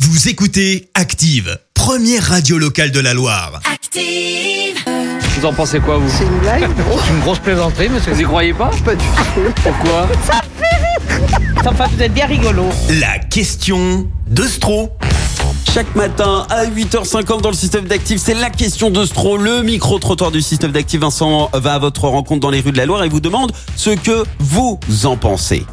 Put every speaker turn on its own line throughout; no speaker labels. Vous écoutez Active, première radio locale de la Loire.
Active.
Vous en pensez quoi, vous
C'est une blague
C'est une grosse plaisanterie, monsieur. Vous y croyez pas
Pas du tout.
Pourquoi
Enfin, vous êtes bien rigolo.
La question de Stro.
Chaque matin à 8h50 dans le système d'active, c'est la question de Stro, le micro-trottoir du système d'active. Vincent va à votre rencontre dans les rues de la Loire et vous demande ce que vous en pensez.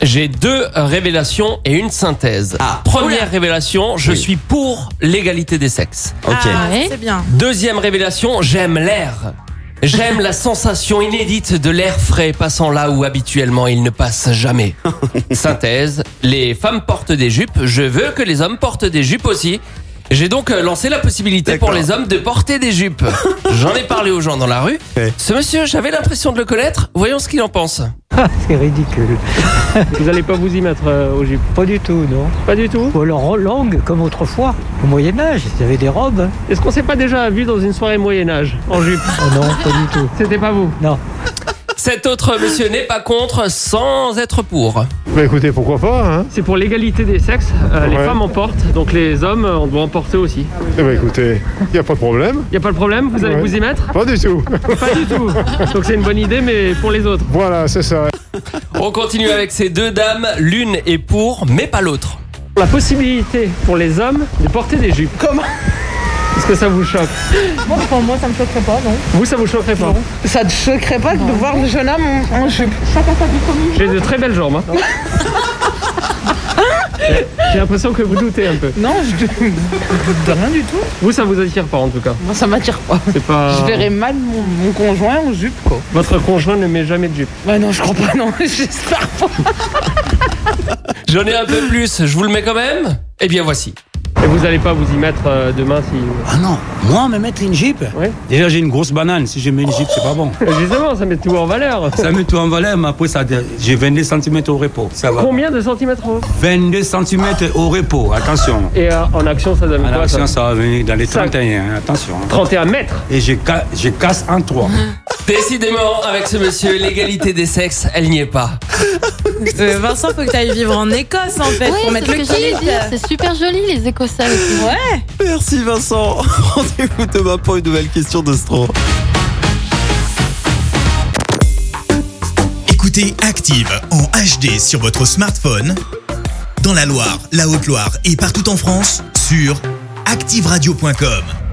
J'ai deux révélations et une synthèse.
Ah.
Première révélation, je
Oui.
suis pour l'égalité des sexes.
Ok.
Ah,
Ouais.
c'est bien.
Deuxième révélation, j'aime l'air. J'aime la sensation inédite de l'air frais passant là où habituellement il ne passe jamais. Synthèse, les femmes portent des jupes, je veux que les hommes portent des jupes aussi. J'ai donc euh, lancé la possibilité pour
D'accord.
les hommes de porter des jupes. J'en ai parlé aux gens dans la rue.
Ouais.
Ce monsieur, j'avais l'impression de le connaître, voyons ce qu'il en pense.
C'est ridicule.
Vous allez pas vous y mettre euh, aux jupes
Pas du tout, non.
Pas du tout
Ou alors en langue, comme autrefois, au Moyen-Âge, ils avaient des robes. hein.
Est-ce qu'on s'est pas déjà vu dans une soirée Moyen-Âge en jupe
Oh non, pas du tout.
C'était pas vous
Non.
Cet autre monsieur n'est pas contre sans être pour.
Bah écoutez, pourquoi pas, hein
C'est pour l'égalité des sexes, euh, les
Ouais.
femmes en portent, donc les hommes, euh, on doit en porter aussi.
Eh bah écoutez, y a pas de problème.
Y a pas de problème Vous allez
Ouais.
vous y mettre
Pas du tout.
Pas du tout Donc c'est une bonne idée, mais pour les autres.
voilà, c'est ça.
On continue avec ces deux dames, l'une est pour, mais pas l'autre.
La possibilité pour les hommes de porter des jupes. Comment Est-ce que ça vous choque
moi, ça me choquerait pas, non
Vous, ça vous choquerait pas
Ça ne choquerait pas de voir le jeune homme en en jupe.
J'ai de très belles jambes. hein. J'ai l'impression que vous doutez un peu.
Non, je de rien du tout.
Vous, ça vous attire pas en tout cas.
Moi, ça m'attire pas.
C'est pas.
Je verrais mal mon, mon conjoint en jupe, quoi.
Votre conjoint ne met jamais de jupe.
Bah non, je crois pas, non. J'espère pas.
J'en ai un peu plus, je vous le mets quand même Eh bien voici.
Et vous allez pas vous y mettre euh, demain si.
Ah non, moi, me mettre une Jeep
Ouais.
Déjà, j'ai une grosse banane. Si je mets une Jeep, c'est pas bon.
Justement, ça met tout en valeur.
Ça met tout en valeur, mais après, ça, j'ai 22 cm au repos. Ça va.
Combien de centimètres en haut
22 cm au repos, attention.
Et euh, en action, ça donne
À
quoi
l'action,
ça
ça va venir dans les
Ça-
31, hein, attention.
31 mètres
Et je, ca- je casse en
Mhm.
trois.
Décidément, avec ce monsieur, l'égalité des sexes, elle n'y est pas.
Euh, Vincent, faut que t'ailles vivre en Écosse en fait
Oui,
pour
c'est
mettre
ce
le
que j'allais
kilt.
dire. C'est super joli, les Écossais. aussi.
Merci Vincent. Rendez-vous demain pour une nouvelle question de Stro.
Écoutez Active en HD sur votre smartphone, dans la Loire, la Haute-Loire et partout en France, sur activeradio.com.